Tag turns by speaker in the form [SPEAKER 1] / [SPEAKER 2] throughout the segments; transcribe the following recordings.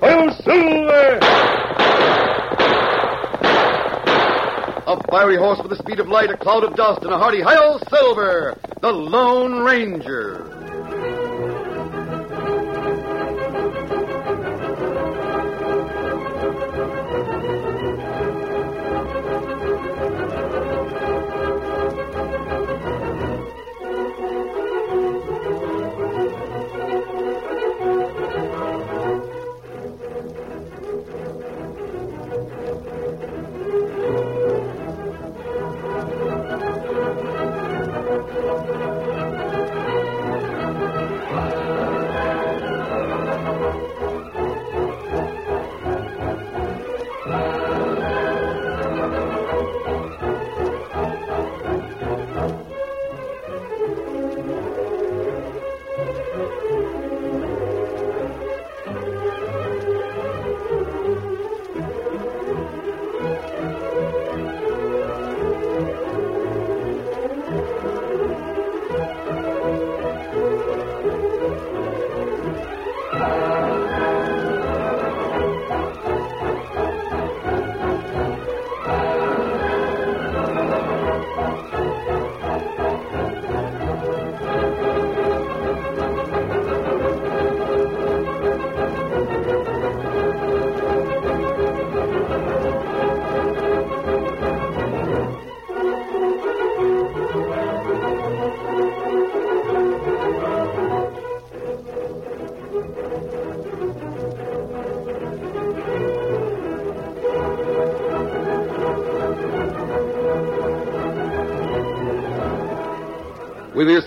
[SPEAKER 1] Well, Silver!
[SPEAKER 2] A fiery horse with the speed of light, a cloud of dust, and a hearty hail silver, the Lone Ranger. With his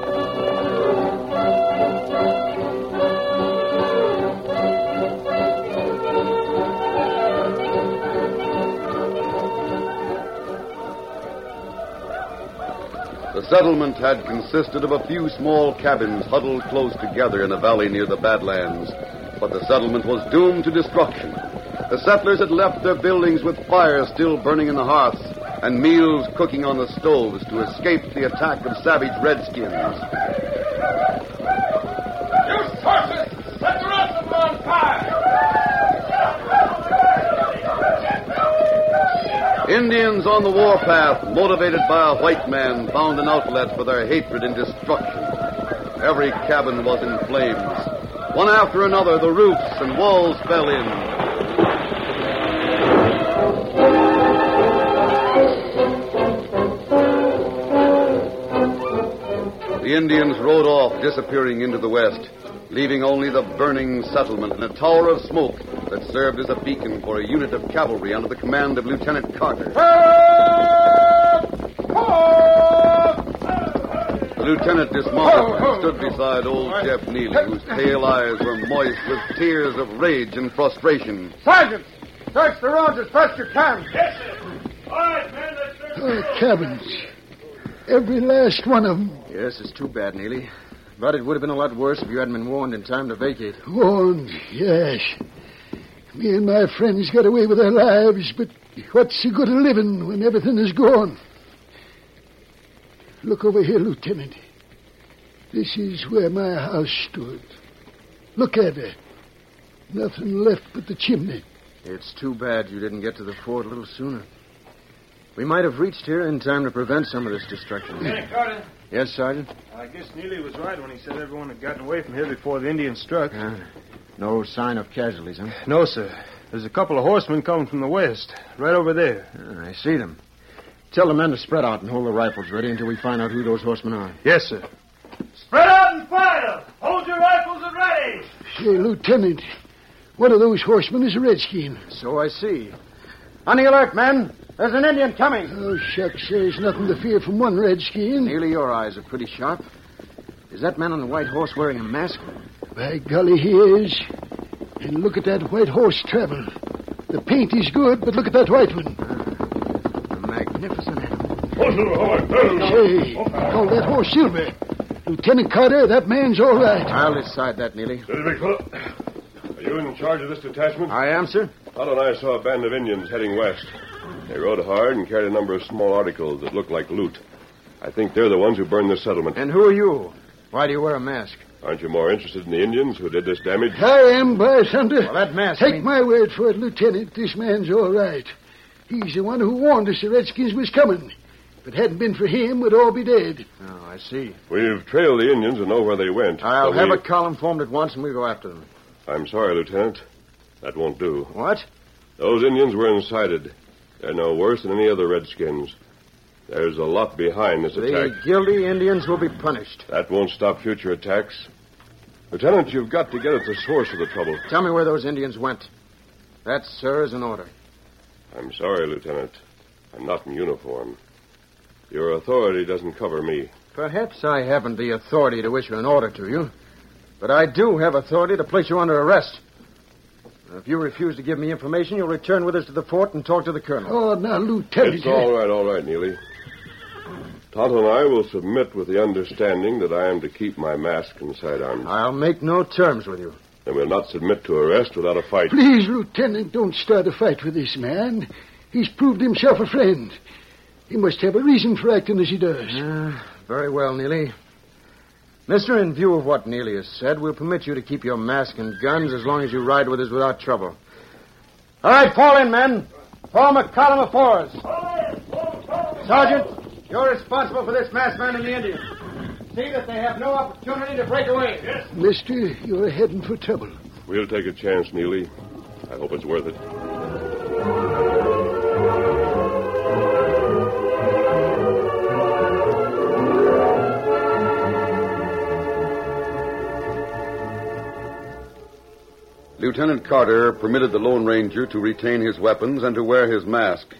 [SPEAKER 1] Boy!
[SPEAKER 2] The settlement had consisted of a few small cabins huddled close together in a valley near the Badlands, but the settlement was doomed to destruction. The settlers had left their buildings with fires still burning in the hearths and meals cooking on the stoves to escape the attack of savage redskins.
[SPEAKER 3] Use torches! Set the rest of them on fire!
[SPEAKER 2] Indians on the warpath, motivated by a white man, found an outlet for their hatred and destruction. Every cabin was in flames. One after another, the roofs and walls fell in. The Indians rode off, disappearing into the west, leaving only the burning settlement and a tower of smoke that served as a beacon for a unit of cavalry under the command of Lieutenant Carter. The lieutenant dismounted and stood beside old Jeff Neely, whose pale eyes were moist with tears of rage and frustration.
[SPEAKER 4] Sergeant, search the roads as fast as you can.
[SPEAKER 3] Yes, sir! All right, men, let's search the
[SPEAKER 5] Uh,
[SPEAKER 3] road.
[SPEAKER 5] cabins. Every last one of them.
[SPEAKER 6] Yes, it's too bad, Neely. But it would have been a lot worse if you hadn't been warned in time to vacate.
[SPEAKER 5] Warned, Oh, yes. Me and my friends got away with our lives, but what's the good of living when everything is gone? Look over here, Lieutenant. This is where my house stood. Look at it. Nothing left but the chimney.
[SPEAKER 6] It's too bad you didn't get to the fort a little sooner. We might have reached here in time to prevent some of this destruction.
[SPEAKER 4] Lieutenant Carter,
[SPEAKER 6] yes, Sergeant?
[SPEAKER 4] I guess Neely was right when he said everyone had gotten away from here before the Indians struck.
[SPEAKER 6] Uh, no sign of casualties, huh?
[SPEAKER 4] No, sir. There's a couple of horsemen coming from the west, right over there.
[SPEAKER 6] Uh, I see them. Tell the men to spread out and hold the rifles ready until we find out who those horsemen are.
[SPEAKER 4] Yes, sir. Spread out!
[SPEAKER 5] Hey, Lieutenant, one of those horsemen is a redskin.
[SPEAKER 6] So I see. On the alert, men. There's an Indian coming.
[SPEAKER 5] Oh, shucks, there's nothing to fear from one redskin.
[SPEAKER 6] Nearly your eyes are pretty sharp. Is that man on the white horse wearing a mask?
[SPEAKER 5] By golly, he is. And look at that white horse travel. The paint is good, but look at that white one.
[SPEAKER 6] A magnificent animal.
[SPEAKER 5] Say, call that horse Silver. Lieutenant Carter, that man's all right.
[SPEAKER 6] I'll decide that, Neely.
[SPEAKER 4] This big fellow. Are you in charge of this detachment?
[SPEAKER 6] I am, sir.
[SPEAKER 4] Otto and I saw a band of Indians heading west. They rode hard and carried a number of small articles that looked like loot. I think they're the ones who burned this settlement.
[SPEAKER 6] And who are you? Why do you wear a mask?
[SPEAKER 4] Aren't you more interested in the Indians who did this damage?
[SPEAKER 5] I am, by thunder.
[SPEAKER 6] Well, that mask.
[SPEAKER 5] Take
[SPEAKER 6] means-
[SPEAKER 5] my word for it, Lieutenant. This man's all right. He's the one who warned us the Redskins was coming. If it hadn't been for him, we'd all be dead.
[SPEAKER 6] Oh, I see.
[SPEAKER 4] We've trailed the Indians and know where they went.
[SPEAKER 6] I'll
[SPEAKER 4] but
[SPEAKER 6] have
[SPEAKER 4] we-
[SPEAKER 6] a column formed at once and we'll go after them.
[SPEAKER 4] I'm sorry, Lieutenant. That won't do.
[SPEAKER 6] What?
[SPEAKER 4] Those Indians were incited. They're no worse than any other Redskins. There's a lot behind this attack.
[SPEAKER 6] The guilty Indians will be punished.
[SPEAKER 4] That won't stop future attacks. Lieutenant, you've got to get at the source of the trouble.
[SPEAKER 6] Tell me where those Indians went. That, sir, is an order.
[SPEAKER 4] I'm sorry, Lieutenant. I'm not in uniform. Your authority doesn't cover me.
[SPEAKER 6] Perhaps I haven't the authority to issue an order to you, but I do have authority to place you under arrest. If you refuse to give me information, you'll return with us to the fort and talk to the colonel.
[SPEAKER 5] Oh, now, Lieutenant.
[SPEAKER 4] It's all right, all right, Neely. Tonto and I will submit with the understanding that I am to keep my mask and sidearms.
[SPEAKER 6] I'll make no terms with you.
[SPEAKER 4] And will not submit to arrest without a fight.
[SPEAKER 5] Please, Lieutenant, don't start a fight with this man. He's proved himself a friend. He must have a reason for acting as he does.
[SPEAKER 6] Very well, Neely. Mister, in view of what Neely has said, we'll permit you to keep your mask and guns as long as you ride with us without trouble. All right, fall in, men. Form a column of fours. Sergeant, you're responsible for this masked man and the Indian. See that they have no opportunity to break away.
[SPEAKER 5] Mister, you're heading for trouble.
[SPEAKER 4] We'll take a chance, Neely. I hope it's worth it.
[SPEAKER 2] Lieutenant Carter permitted the Lone Ranger to retain his weapons and to wear his mask.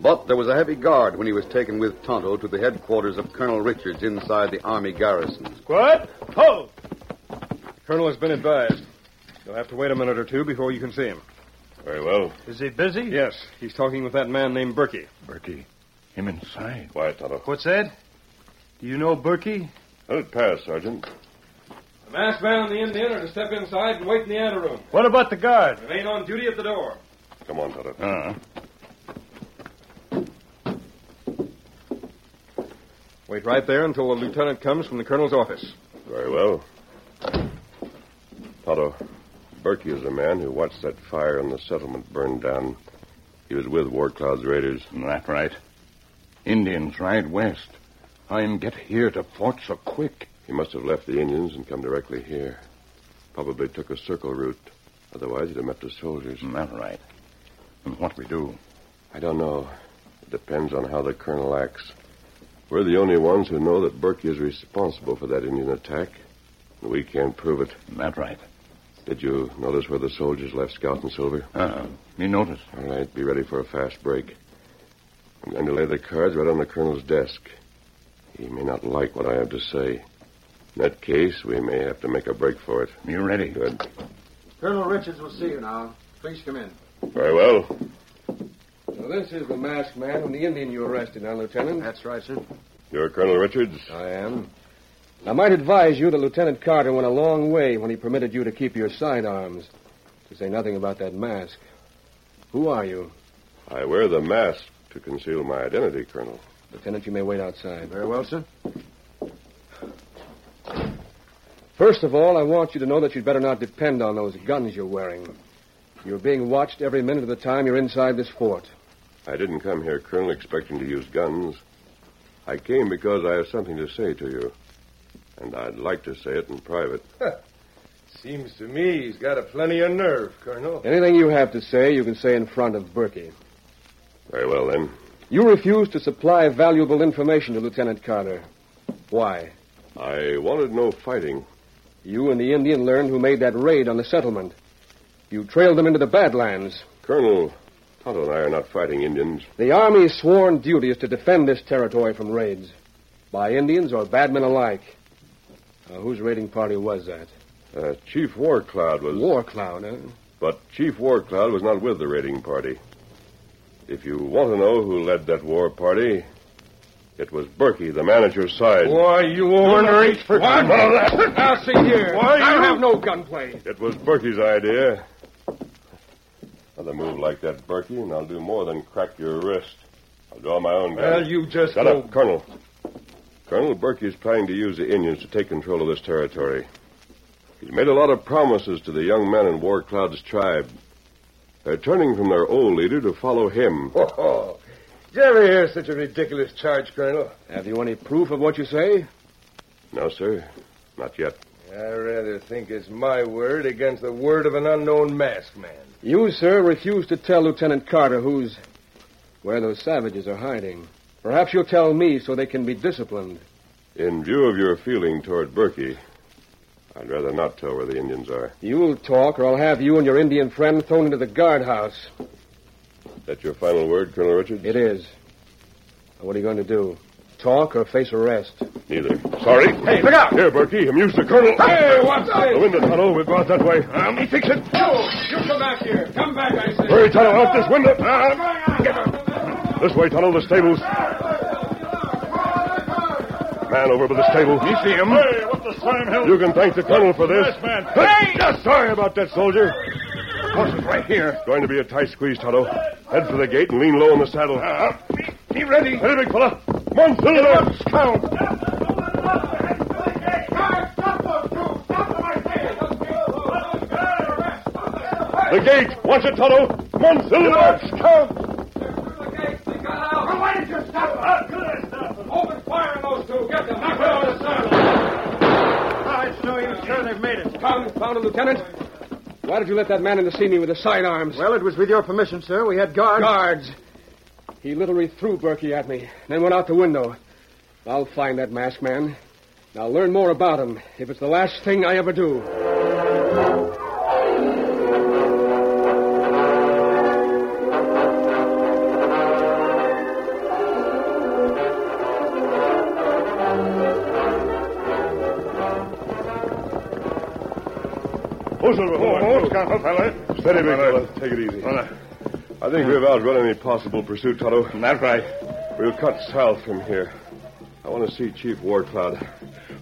[SPEAKER 2] But there was a heavy guard when he was taken with Tonto to the headquarters of Colonel Richards inside the Army garrison.
[SPEAKER 4] Squad, hold! Colonel has been advised. You'll have to wait a minute or two before you can see him. Very well.
[SPEAKER 7] Is he busy?
[SPEAKER 4] Yes, he's talking with that man named Berkey.
[SPEAKER 7] Berkey. Him inside.
[SPEAKER 4] Quiet, Tonto.
[SPEAKER 7] What's that? Do you know Berkey?
[SPEAKER 4] Let it pass, Sergeant.
[SPEAKER 3] The masked man and the Indian are to step inside and wait in the anteroom.
[SPEAKER 7] What about the guard?
[SPEAKER 3] Remain on duty at the door.
[SPEAKER 4] Come on, Tonto.
[SPEAKER 7] Uh-huh.
[SPEAKER 4] Wait right there until the lieutenant comes from the colonel's office. Very well. Tonto, Berkey is the man who watched that fire in the settlement burn down. He was with War Cloud's raiders.
[SPEAKER 7] Mm, That right. Indians ride west. I'm get here to fort so quick.
[SPEAKER 4] He must have left the Indians and come directly here. Probably took a circle route. Otherwise, he'd have met the soldiers.
[SPEAKER 7] That right. And what we do?
[SPEAKER 4] I don't know. It depends on how the colonel acts. We're the only ones who know that Berkey is responsible for that Indian attack, and we can't prove it.
[SPEAKER 7] That right.
[SPEAKER 4] Did you notice where the soldiers left Scout and Silver?
[SPEAKER 7] Uh-huh. Me notice.
[SPEAKER 4] All right, be ready for a fast break. I'm going to lay the cards right on the colonel's desk. He may not like what I have to say. In that case, we may have to make a break for it.
[SPEAKER 7] You ready?
[SPEAKER 4] Good.
[SPEAKER 6] Colonel Richards will see you now. Please come in.
[SPEAKER 4] Very well.
[SPEAKER 1] Now, this is the masked man and the Indian you arrested, now, Lieutenant.
[SPEAKER 6] That's right, sir.
[SPEAKER 4] You're Colonel Richards?
[SPEAKER 1] I am. I might advise you that Lieutenant Carter went a long way when he permitted you to keep your sidearms, to say nothing about that mask. Who are you?
[SPEAKER 4] I wear the mask to conceal my identity, Colonel.
[SPEAKER 1] Lieutenant, you may wait outside.
[SPEAKER 6] Very well, sir.
[SPEAKER 1] First of all, I want you to know that you'd better not depend on those guns you're wearing. You're being watched every minute of the time you're inside this fort.
[SPEAKER 4] I didn't come here, Colonel, expecting to use guns. I came because I have something to say to you. And I'd like to say it in private.
[SPEAKER 7] Seems to me he's got a plenty of nerve, Colonel.
[SPEAKER 1] Anything you have to say, you can say in front of Berkey.
[SPEAKER 4] Very well, then.
[SPEAKER 1] You refused to supply valuable information to Lieutenant Carter. Why?
[SPEAKER 4] I wanted no fighting.
[SPEAKER 1] You and the Indian learned who made that raid on the settlement. You trailed them into the Badlands.
[SPEAKER 4] Colonel, Tonto and I are not fighting Indians.
[SPEAKER 1] The Army's sworn duty is to defend this territory from raids, by Indians or bad men alike. Now, whose raiding party was that?
[SPEAKER 4] Uh, Chief War Cloud eh? was.
[SPEAKER 1] War Cloud, huh?
[SPEAKER 4] But Chief War Cloud was not with the raiding party. If you want to know who led that war party, it was Berkey, the manager's side.
[SPEAKER 1] Why, you ornery... for What? Now, see here. Why, I don't have no gunplay.
[SPEAKER 4] It was Berkey's idea. Another move like that, Berkey, and I'll do more than crack your wrist. I'll draw my own gun.
[SPEAKER 1] you just...
[SPEAKER 4] Shut up, Colonel. Colonel Berkey is planning to use the Indians to take control of this territory. He's made a lot of promises to the young men in War Cloud's tribe. They're turning from their old leader to follow him.
[SPEAKER 6] Oh, did you ever hear such a ridiculous charge, Colonel?
[SPEAKER 1] Have you any proof of what you say?
[SPEAKER 4] No, sir. Not yet.
[SPEAKER 6] I rather think it's my word against the word of an unknown masked man.
[SPEAKER 1] You, sir, refuse to tell Lieutenant Carter who's... where those savages are hiding. Perhaps you'll tell me so they can be disciplined.
[SPEAKER 4] In view of your feeling toward Berkey, I'd rather not tell where the Indians are.
[SPEAKER 1] You'll talk, or I'll have you and your Indian friend thrown into the guardhouse.
[SPEAKER 4] That's your final word, Colonel Richards?
[SPEAKER 1] It is. Now, what are you going to do? Talk or face arrest?
[SPEAKER 4] Neither. Sorry. Hey, look out! Here, Berkey, amuse the Colonel. Hey, what's that? The window tunnel. Oh, We've got that way. Let me fix it.
[SPEAKER 3] You come back here. Come back, I say.
[SPEAKER 4] Hurry, Tonto, out this window. This way, Tonto, the stables. Man over by the stable. You see him? Hey, what the sign, hell? You can thank the colonel for this. Yes, man. Hey! Yes, sorry about that, soldier. The horse is right here. It's going to be a tight squeeze, Tonto. Head for the gate and lean low on the saddle. Uh, be ready. Hey, big fella. Come on, Silver. Scout. The gate. Watch it, Tonto. Come on, Silver. Scout.
[SPEAKER 1] Found him, Lieutenant? Why did you let that man in to see me with the sidearms?
[SPEAKER 6] Well, it was with your permission, sir. We had guards.
[SPEAKER 1] guards. He literally threw Berkey at me, then went out the window. I'll find that masked man. and I'll learn more about him, if it's the last thing I ever do.
[SPEAKER 4] Oh, Silver. Oh, oh, Scout, fella. Steady, big fella. Take it easy. I think we've outrun any possible pursuit, Toto. That's right. We'll cut south from here. I want to see Chief Warcloud.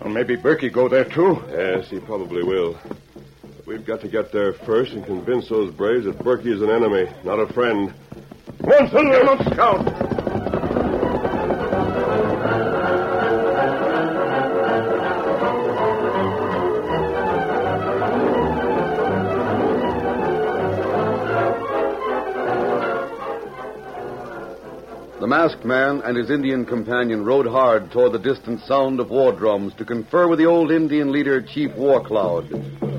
[SPEAKER 4] Well, maybe Berkey go there, too. Yes, he probably will. But we've got to get there first and convince those braves that Berkey is an enemy, not a friend. Come on, Silver. Come on, Scout.
[SPEAKER 2] The masked man and his Indian companion rode hard toward the distant sound of war drums to confer with the old Indian leader, Chief War Cloud. The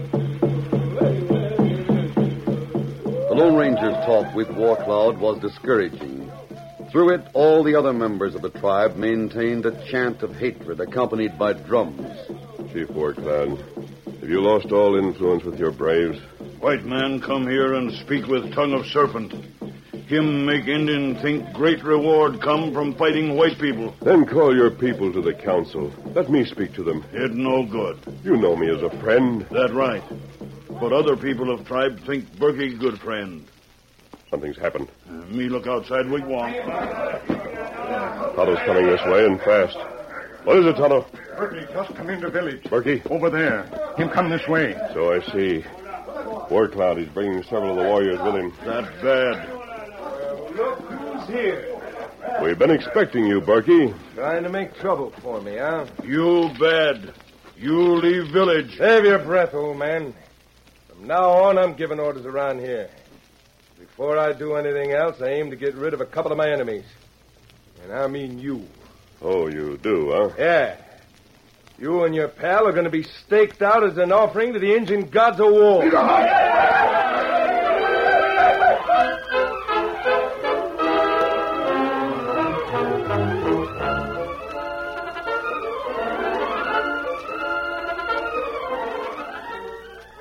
[SPEAKER 2] Lone Ranger's talk with War Cloud was discouraging. Through it, all the other members of the tribe maintained a chant of hatred accompanied by drums.
[SPEAKER 4] Chief Warcloud, have you lost all influence with your braves?
[SPEAKER 8] White man come here and speak with tongue of serpent. Him make Indian think great reward come from fighting white people.
[SPEAKER 4] Then call your people to the council. Let me speak to them.
[SPEAKER 8] It no good.
[SPEAKER 4] You know me as a friend.
[SPEAKER 8] That right. But other people of tribe think Berkey good friend.
[SPEAKER 4] Something's happened.
[SPEAKER 8] Me look outside wigwam.
[SPEAKER 4] Tonto's coming this way and fast. What is it, Tonto?
[SPEAKER 7] Berkey just come into village.
[SPEAKER 4] Berkey?
[SPEAKER 7] Over there. Him come this way.
[SPEAKER 4] So I see. War Cloud, he's bringing several of the warriors with him.
[SPEAKER 8] That bad.
[SPEAKER 4] We've been expecting you, Berkey.
[SPEAKER 6] Trying to make trouble for me, huh?
[SPEAKER 8] You bad. You leave village.
[SPEAKER 6] Save your breath, old man. From now on, I'm giving orders around here. Before I do anything else, I aim to get rid of a couple of my enemies. And I mean you.
[SPEAKER 4] Oh, you do, huh?
[SPEAKER 6] Yeah. You and your pal are going to be staked out as an offering to the Indian gods of war.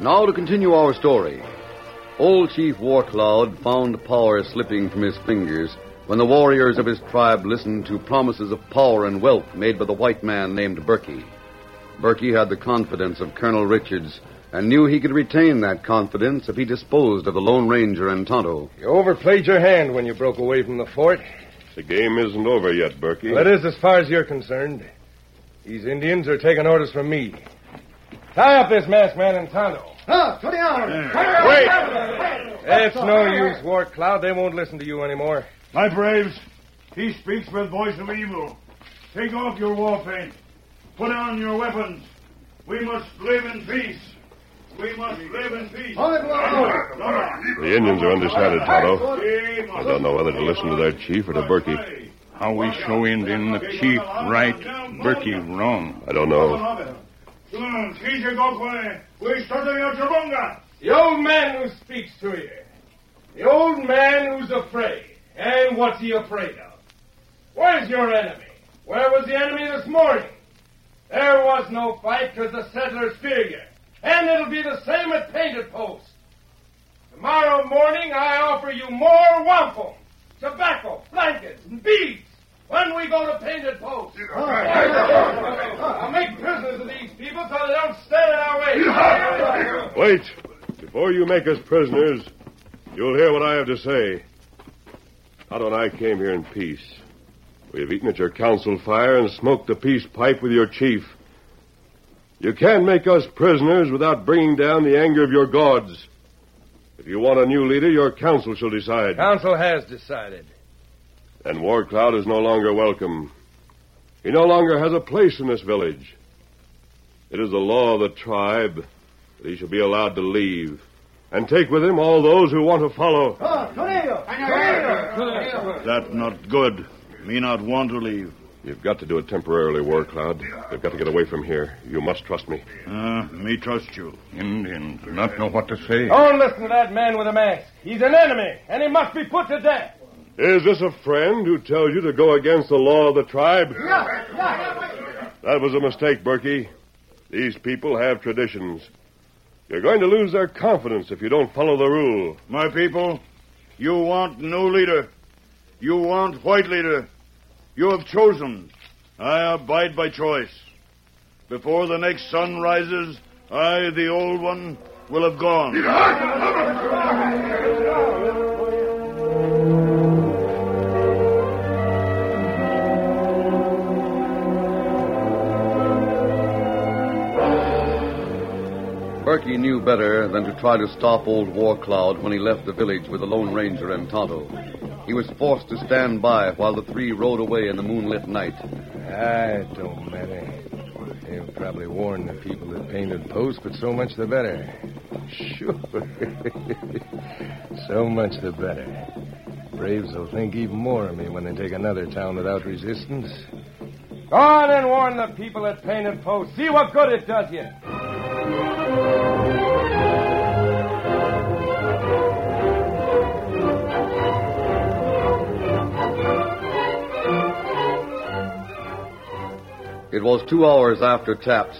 [SPEAKER 2] Now to continue our story. Old Chief Warcloud found power slipping from his fingers when the warriors of his tribe listened to promises of power and wealth made by the white man named Berkey. Berkey had the confidence of Colonel Richards and knew he could retain that confidence if he disposed of the Lone Ranger and Tonto.
[SPEAKER 9] You overplayed your hand when you broke away from the fort.
[SPEAKER 4] The game isn't over yet, Berkey.
[SPEAKER 9] That is as far as you're concerned. These Indians are taking orders from me. Tie up this masked man and Tonto.
[SPEAKER 3] No, to the
[SPEAKER 9] It's no use, War Cloud. They won't listen to you anymore.
[SPEAKER 8] My braves, he speaks with voice of evil. Take off your war paint. Put down your weapons. We must live in peace. We must live in peace.
[SPEAKER 4] The Indians are undecided, Tonto. I don't know whether to listen to their chief or to Berkey.
[SPEAKER 7] How we show Indian the chief right, Berkey wrong.
[SPEAKER 4] I don't know.
[SPEAKER 9] The old man who speaks to you. The old man who's afraid. And what's he afraid of? Where's your enemy? Where was the enemy this morning? There was no fight because the settlers fear you. And it'll be the same at Painted Post. Tomorrow morning I offer you more wampum, tobacco, blankets, and beads when we go to Painted Post. I'll make prisoners of these people so they don't stand in our way.
[SPEAKER 4] Wait. Before you make us prisoners, you'll hear what I have to say. Otto and I came here in peace. We have eaten at your council fire and smoked the peace pipe with your chief. You can't make us prisoners without bringing down the anger of your gods. If you want a new leader, your council shall decide.
[SPEAKER 9] Council has decided.
[SPEAKER 4] And Warcloud is no longer welcome. He no longer has a place in this village. It is the law of the tribe that he shall be allowed to leave and take with him all those who want to follow.
[SPEAKER 8] That not good. Me not want to leave.
[SPEAKER 4] You've got to do it temporarily, Warcloud. They've got to get away from here. You must trust me.
[SPEAKER 8] Uh, me trust you.
[SPEAKER 7] Indians do not know what to say.
[SPEAKER 8] Oh!
[SPEAKER 9] Don't listen to that man with a mask. He's an enemy, and he must be put to death.
[SPEAKER 4] Is this a friend who tells you to go against the law of the tribe? That was a mistake, Berkey. These people have traditions. You're going to lose their confidence if you don't follow the rule.
[SPEAKER 8] My people, you want new leader. You want white leader. You have chosen. I abide by choice. Before the next sun rises, I, the old one, will have gone.
[SPEAKER 2] Berkey knew better than to try to stop old Warcloud when he left the village with the Lone Ranger and Tonto. He was forced to stand by while the three rode away in the moonlit night.
[SPEAKER 9] Ah, it don't matter. They'll probably warn the people at Painted Post, but so much the better. Sure. so much the better. Braves will think even more of me when they take another town without resistance. Go on and warn the people at Painted Post. See what good it does you.
[SPEAKER 2] It was two hours after taps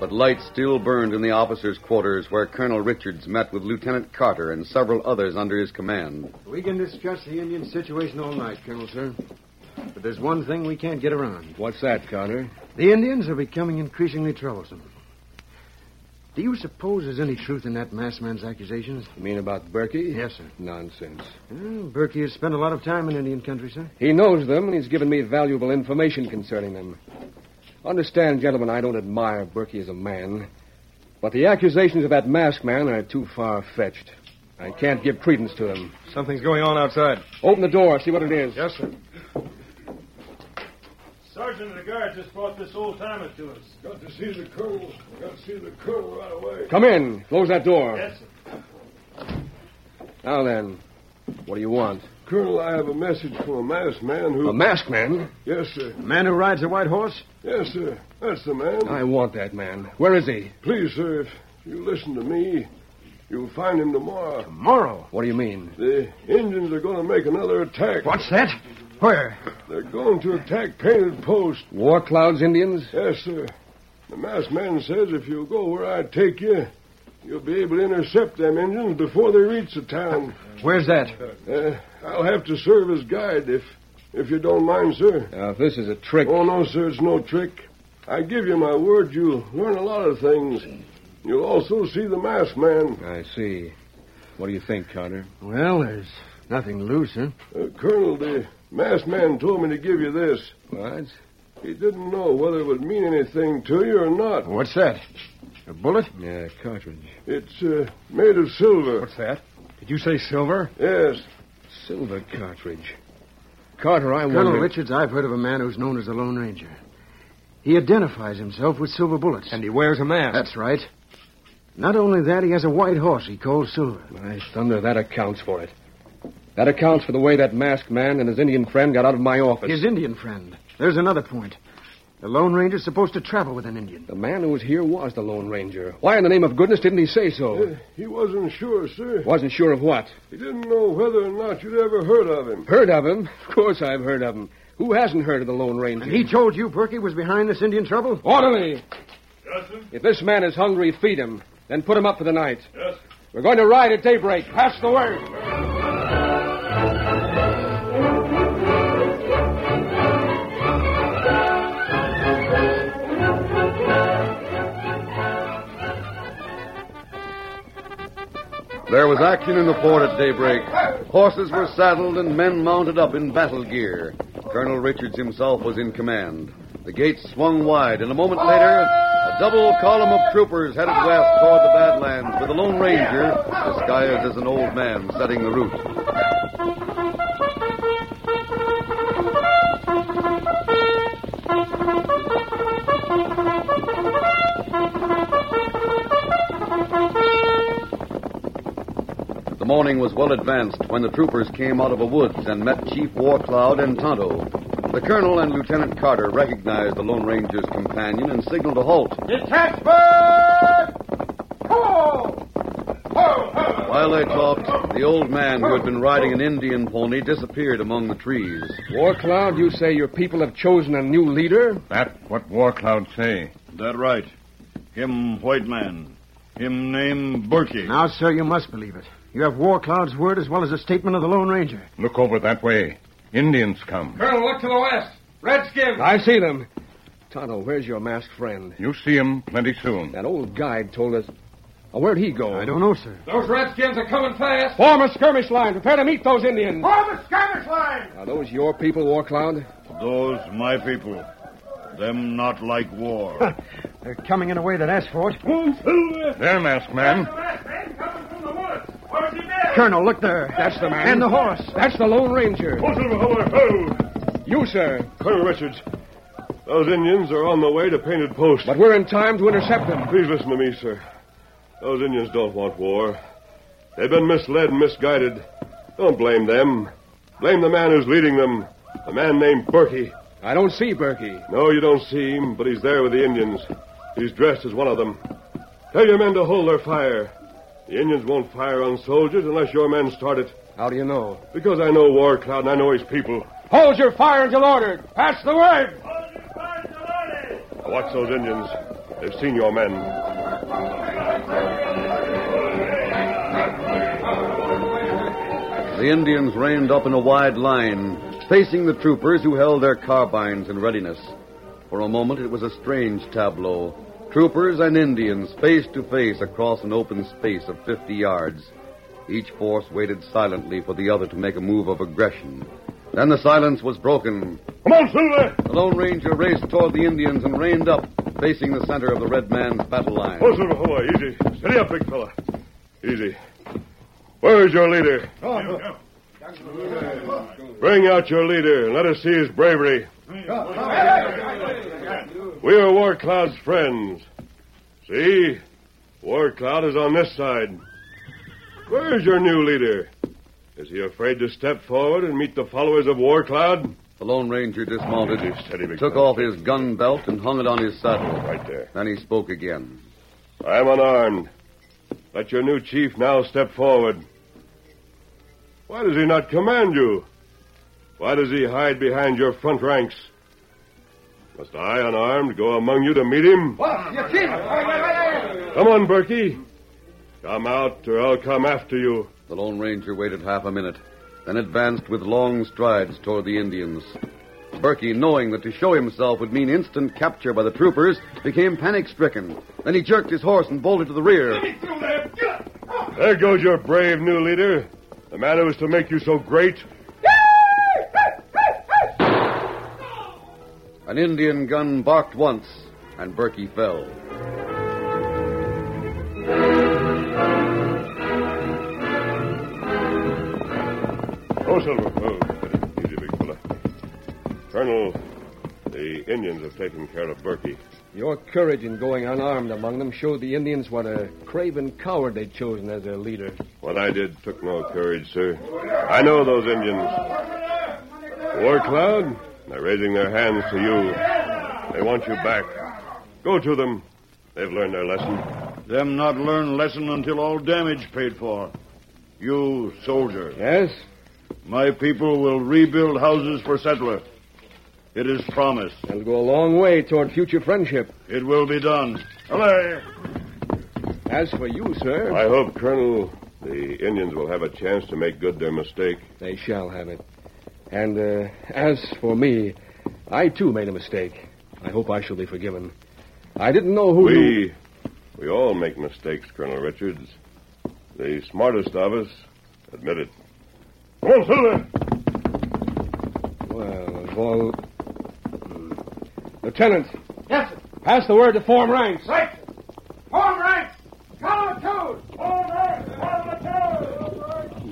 [SPEAKER 2] But lights still burned in the officers' quarters where Colonel Richards met with Lieutenant Carter and several others under his command.
[SPEAKER 6] We can discuss the Indian situation all night, Colonel, sir. But there's one thing we can't get around.
[SPEAKER 1] What's that, Carter?
[SPEAKER 6] The Indians are becoming increasingly troublesome. Do you suppose there's any truth in that masked man's accusations?
[SPEAKER 1] You mean about Berkey?
[SPEAKER 6] Yes, sir.
[SPEAKER 1] Nonsense.
[SPEAKER 6] Well, Berkey has spent a lot of time in Indian country, sir.
[SPEAKER 1] He knows them, and he's given me valuable information concerning them. Understand, gentlemen, I don't admire Berkey as a man, but the accusations of that masked man are too far fetched. I can't give credence to them.
[SPEAKER 6] Something's going on outside.
[SPEAKER 1] Open the door, see what it is.
[SPEAKER 6] Yes, sir.
[SPEAKER 9] Sergeant of the guard just brought this old timer to us.
[SPEAKER 10] Got to see the colonel. Got to see the colonel right away.
[SPEAKER 1] Come in. Close that door.
[SPEAKER 9] Yes, sir.
[SPEAKER 1] Now then, what do you want?
[SPEAKER 10] Colonel, I have a message for a masked man who.
[SPEAKER 1] A masked man?
[SPEAKER 10] Yes, sir.
[SPEAKER 6] A man who rides a white horse?
[SPEAKER 10] Yes, sir. That's the man.
[SPEAKER 1] I want that man. Where is he?
[SPEAKER 10] Please, sir, if you listen to me, you'll find him tomorrow.
[SPEAKER 6] Tomorrow?
[SPEAKER 1] What do you mean?
[SPEAKER 10] The Indians are going to make another attack.
[SPEAKER 6] What's that? Where?
[SPEAKER 10] They're going to attack Painted Post.
[SPEAKER 1] War Clouds Indians?
[SPEAKER 10] Yes, sir. The masked man says if you go where I take you, you'll be able to intercept them Indians before they reach the town.
[SPEAKER 6] Where's that?
[SPEAKER 10] Uh, I'll have to serve as guide if if you don't mind, sir.
[SPEAKER 1] Now, if this is a trick.
[SPEAKER 10] Oh, no, sir, it's no trick. I give you my word, you'll learn a lot of things. You'll also see the masked man.
[SPEAKER 1] I see. What do you think, Carter?
[SPEAKER 6] Well, there's nothing loose, huh?
[SPEAKER 10] Uh, Colonel, the masked man told me to give you this.
[SPEAKER 1] What?
[SPEAKER 10] He didn't know whether it would mean anything to you or not.
[SPEAKER 6] What's that? A bullet?
[SPEAKER 1] Yeah, a cartridge.
[SPEAKER 10] It's uh, made of silver.
[SPEAKER 6] What's that? Did you say silver?
[SPEAKER 10] Yes.
[SPEAKER 1] Silver cartridge. Carter, I
[SPEAKER 6] Colonel
[SPEAKER 1] wonder...
[SPEAKER 6] Richards, I've heard of a man who's known as the Lone Ranger. He identifies himself with silver bullets.
[SPEAKER 1] And he wears a mask.
[SPEAKER 6] That's right. Not only that, he has a white horse he calls Silver.
[SPEAKER 1] My thunder, that accounts for it. That accounts for the way that masked man and his Indian friend got out of my office.
[SPEAKER 6] His Indian friend. There's another point. The Lone Ranger's supposed to travel with an Indian.
[SPEAKER 1] The man who was here was the Lone Ranger. Why in the name of goodness didn't he say so?
[SPEAKER 10] Uh, he wasn't sure, sir.
[SPEAKER 1] Wasn't sure of what?
[SPEAKER 10] He didn't know whether or not you'd ever heard of him.
[SPEAKER 1] Heard of him? Of course I've heard of him. Who hasn't heard of the Lone Ranger?
[SPEAKER 6] And he told you Berkey was behind this Indian trouble?
[SPEAKER 1] Orderly!
[SPEAKER 9] Yes, sir.
[SPEAKER 1] If this man is hungry, feed him. Then put him up for the night.
[SPEAKER 9] Yes, sir.
[SPEAKER 1] We're going to ride at daybreak. Pass the word.
[SPEAKER 2] There was action in the fort at daybreak. Horses were saddled and men mounted up in battle gear. Colonel Richards himself was in command. The gates swung wide, and a moment later, a double column of troopers headed west toward the Badlands with the Lone Ranger, disguised as an old man, setting the route. The morning was well advanced when the troopers came out of a woods and met Chief Warcloud and Tonto. The colonel and Lieutenant Carter recognized the Lone Ranger's companion and signaled a halt.
[SPEAKER 3] Detachment! Ho! Ho, ho!
[SPEAKER 2] While they talked, the old man who had been riding an Indian pony disappeared among the trees.
[SPEAKER 1] War Cloud, you say your people have chosen a new leader?
[SPEAKER 7] That what War Cloud say.
[SPEAKER 8] That right. Him white man. Him name Berkey.
[SPEAKER 6] Now, sir, you must believe it. You have War Cloud's word as well as a statement of the Lone Ranger.
[SPEAKER 7] Look over that way. Indians come.
[SPEAKER 3] Colonel, look to the west. Redskins!
[SPEAKER 1] I see them. Tonto, where's your masked friend?
[SPEAKER 7] You see 'em plenty soon.
[SPEAKER 1] That old guide told us. Oh, where'd he go?
[SPEAKER 6] I don't know, sir.
[SPEAKER 3] Those Redskins are coming fast.
[SPEAKER 1] Form a skirmish line. Prepare to meet those Indians.
[SPEAKER 3] Form the skirmish line!
[SPEAKER 1] Are those your people, War Cloud?
[SPEAKER 8] Those my people. Them not like war.
[SPEAKER 6] They're coming in a way that asks for it.
[SPEAKER 7] There, masked man.
[SPEAKER 3] The masked man coming from the woods. Where's he been?
[SPEAKER 6] Colonel, look there.
[SPEAKER 1] That's the man.
[SPEAKER 6] And the horse.
[SPEAKER 1] That's the Lone Ranger.
[SPEAKER 4] Colonel
[SPEAKER 1] You, sir.
[SPEAKER 4] Richards, those Indians are on the way to Painted Post.
[SPEAKER 1] But we're in time to intercept them.
[SPEAKER 4] Please listen to me, sir. Those Indians don't want war. They've been misled and misguided. Don't blame them. Blame the man who's leading them, a man named Berkey.
[SPEAKER 1] I don't see Berkey.
[SPEAKER 4] No, you don't see him, but he's there with the Indians. He's dressed as one of them. Tell your men to hold their fire. The Indians won't fire on soldiers unless your men start it.
[SPEAKER 1] How do you know?
[SPEAKER 4] Because I know War Cloud and I know his people.
[SPEAKER 1] Hold your fire until ordered. Pass the word.
[SPEAKER 3] Hold your fire, Deloney!
[SPEAKER 4] Watch those Indians. They've seen your men.
[SPEAKER 2] The Indians reined up in a wide line, facing the troopers who held their carbines in readiness. For a moment, it was a strange tableau. Troopers and Indians face to face across an open space of 50 yards. Each force waited silently for the other to make a move of aggression. Then the silence was broken.
[SPEAKER 4] Come on, Silver!
[SPEAKER 2] The Lone Ranger raced toward the Indians and reined up, facing the center of the red man's battle line.
[SPEAKER 4] Oh, Silver, hold on. Easy. Steady up, big fella. Easy. Where is your leader? Bring out your leader and let us see his bravery. We are War Cloud's friends. See? War Cloud is on this side. Where is your new leader? Is he afraid to step forward and meet the followers of War Cloud?
[SPEAKER 2] The Lone Ranger dismounted,
[SPEAKER 4] Steady, big
[SPEAKER 2] took
[SPEAKER 4] fella.
[SPEAKER 2] off his gun belt, and hung it on his saddle.
[SPEAKER 4] Right there.
[SPEAKER 2] Then he spoke again.
[SPEAKER 4] I'm unarmed. Let your new chief now step forward. Why does he not command you? Why does he hide behind your front ranks? Must I, unarmed, go among you to meet him?
[SPEAKER 9] What? You kidding?
[SPEAKER 4] Come on, Berkey. Come out, or I'll come after you.
[SPEAKER 2] The Lone Ranger waited half a minute, then advanced with long strides toward the Indians. Berkey, knowing that to show himself would mean instant capture by the troopers, became panic stricken. Then he jerked his horse and bolted to the rear.
[SPEAKER 4] There goes your brave new leader, the man who was to make you so great.
[SPEAKER 2] An Indian gun barked once, and Berkey fell.
[SPEAKER 4] Oh, Silver. Oh, easy, big fella. Colonel, the Indians have taken care of Berkey.
[SPEAKER 1] Your courage in going unarmed among them showed the Indians what a craven coward they'd chosen as their leader.
[SPEAKER 4] What I did took no courage, sir. I know those Indians. War Cloud, they're raising their hands to you. They want you back. Go to them. They've learned their lesson.
[SPEAKER 8] Them not learn lesson until all damage paid for. You, soldier.
[SPEAKER 1] Yes?
[SPEAKER 8] My people will rebuild houses for settler. It is promised.
[SPEAKER 1] It'll go a long way toward future friendship.
[SPEAKER 8] It will be done. Hooray!
[SPEAKER 1] As for you, sir,
[SPEAKER 4] I hope, Colonel, the Indians will have a chance to make good their mistake.
[SPEAKER 1] they shall have it. And uh, as for me, I too made a mistake. I hope I shall be forgiven. I didn't know who you-
[SPEAKER 4] We, we all make mistakes, Colonel Richards. The smartest of us admit it. Come on, Silver.
[SPEAKER 1] Well, of all... Lieutenant. Yes, sir. Pass the word to form ranks.
[SPEAKER 9] Right. Form ranks. Column two. Form ranks.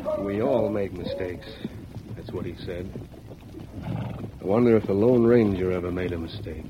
[SPEAKER 9] Column
[SPEAKER 1] We all make mistakes. That's what he said. I wonder if the Lone Ranger ever made a mistake.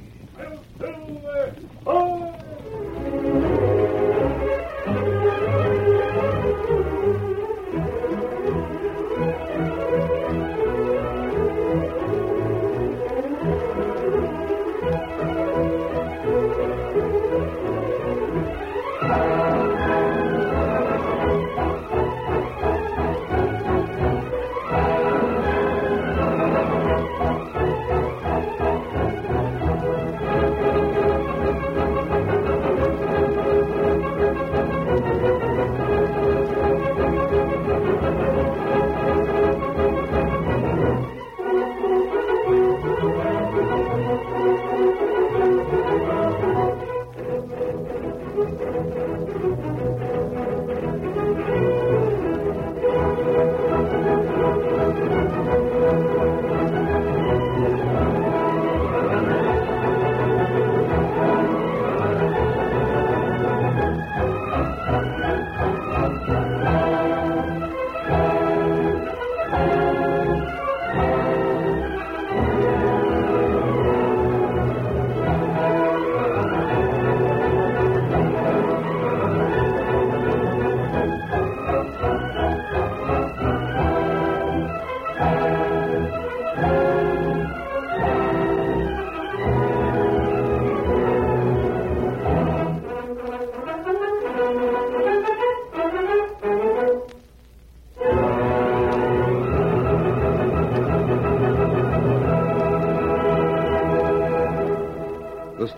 [SPEAKER 2] The